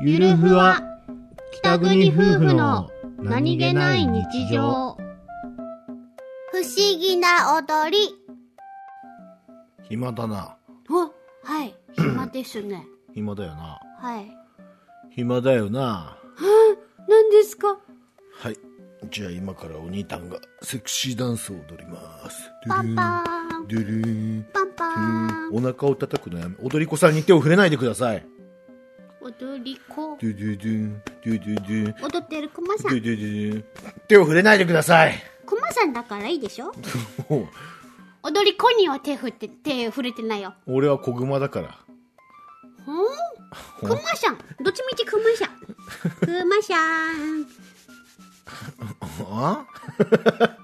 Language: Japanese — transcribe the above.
ゆるふわ北国夫婦の何気ない日常不思議な踊り。暇だなお、はい。暇ですね。暇だよなはい。暇だよな何ですかはいじゃあ今からお兄たんがセクシーダンスを踊りますパンパーン。ドゥルーンパンパドゥルーンーン。お腹を叩くのやめ踊り子さんに手を触れないでください踊り子。ドゥドゥドゥンドゥドゥドゥン踊ってるクマドさゥん。ドゥドゥン手を触れないでくださいクマさんだからいいでしょもう踊り子には手振って、手触れてないよ。俺は子熊だからほんクマさん。どっちみちクマさん。クマさん。あ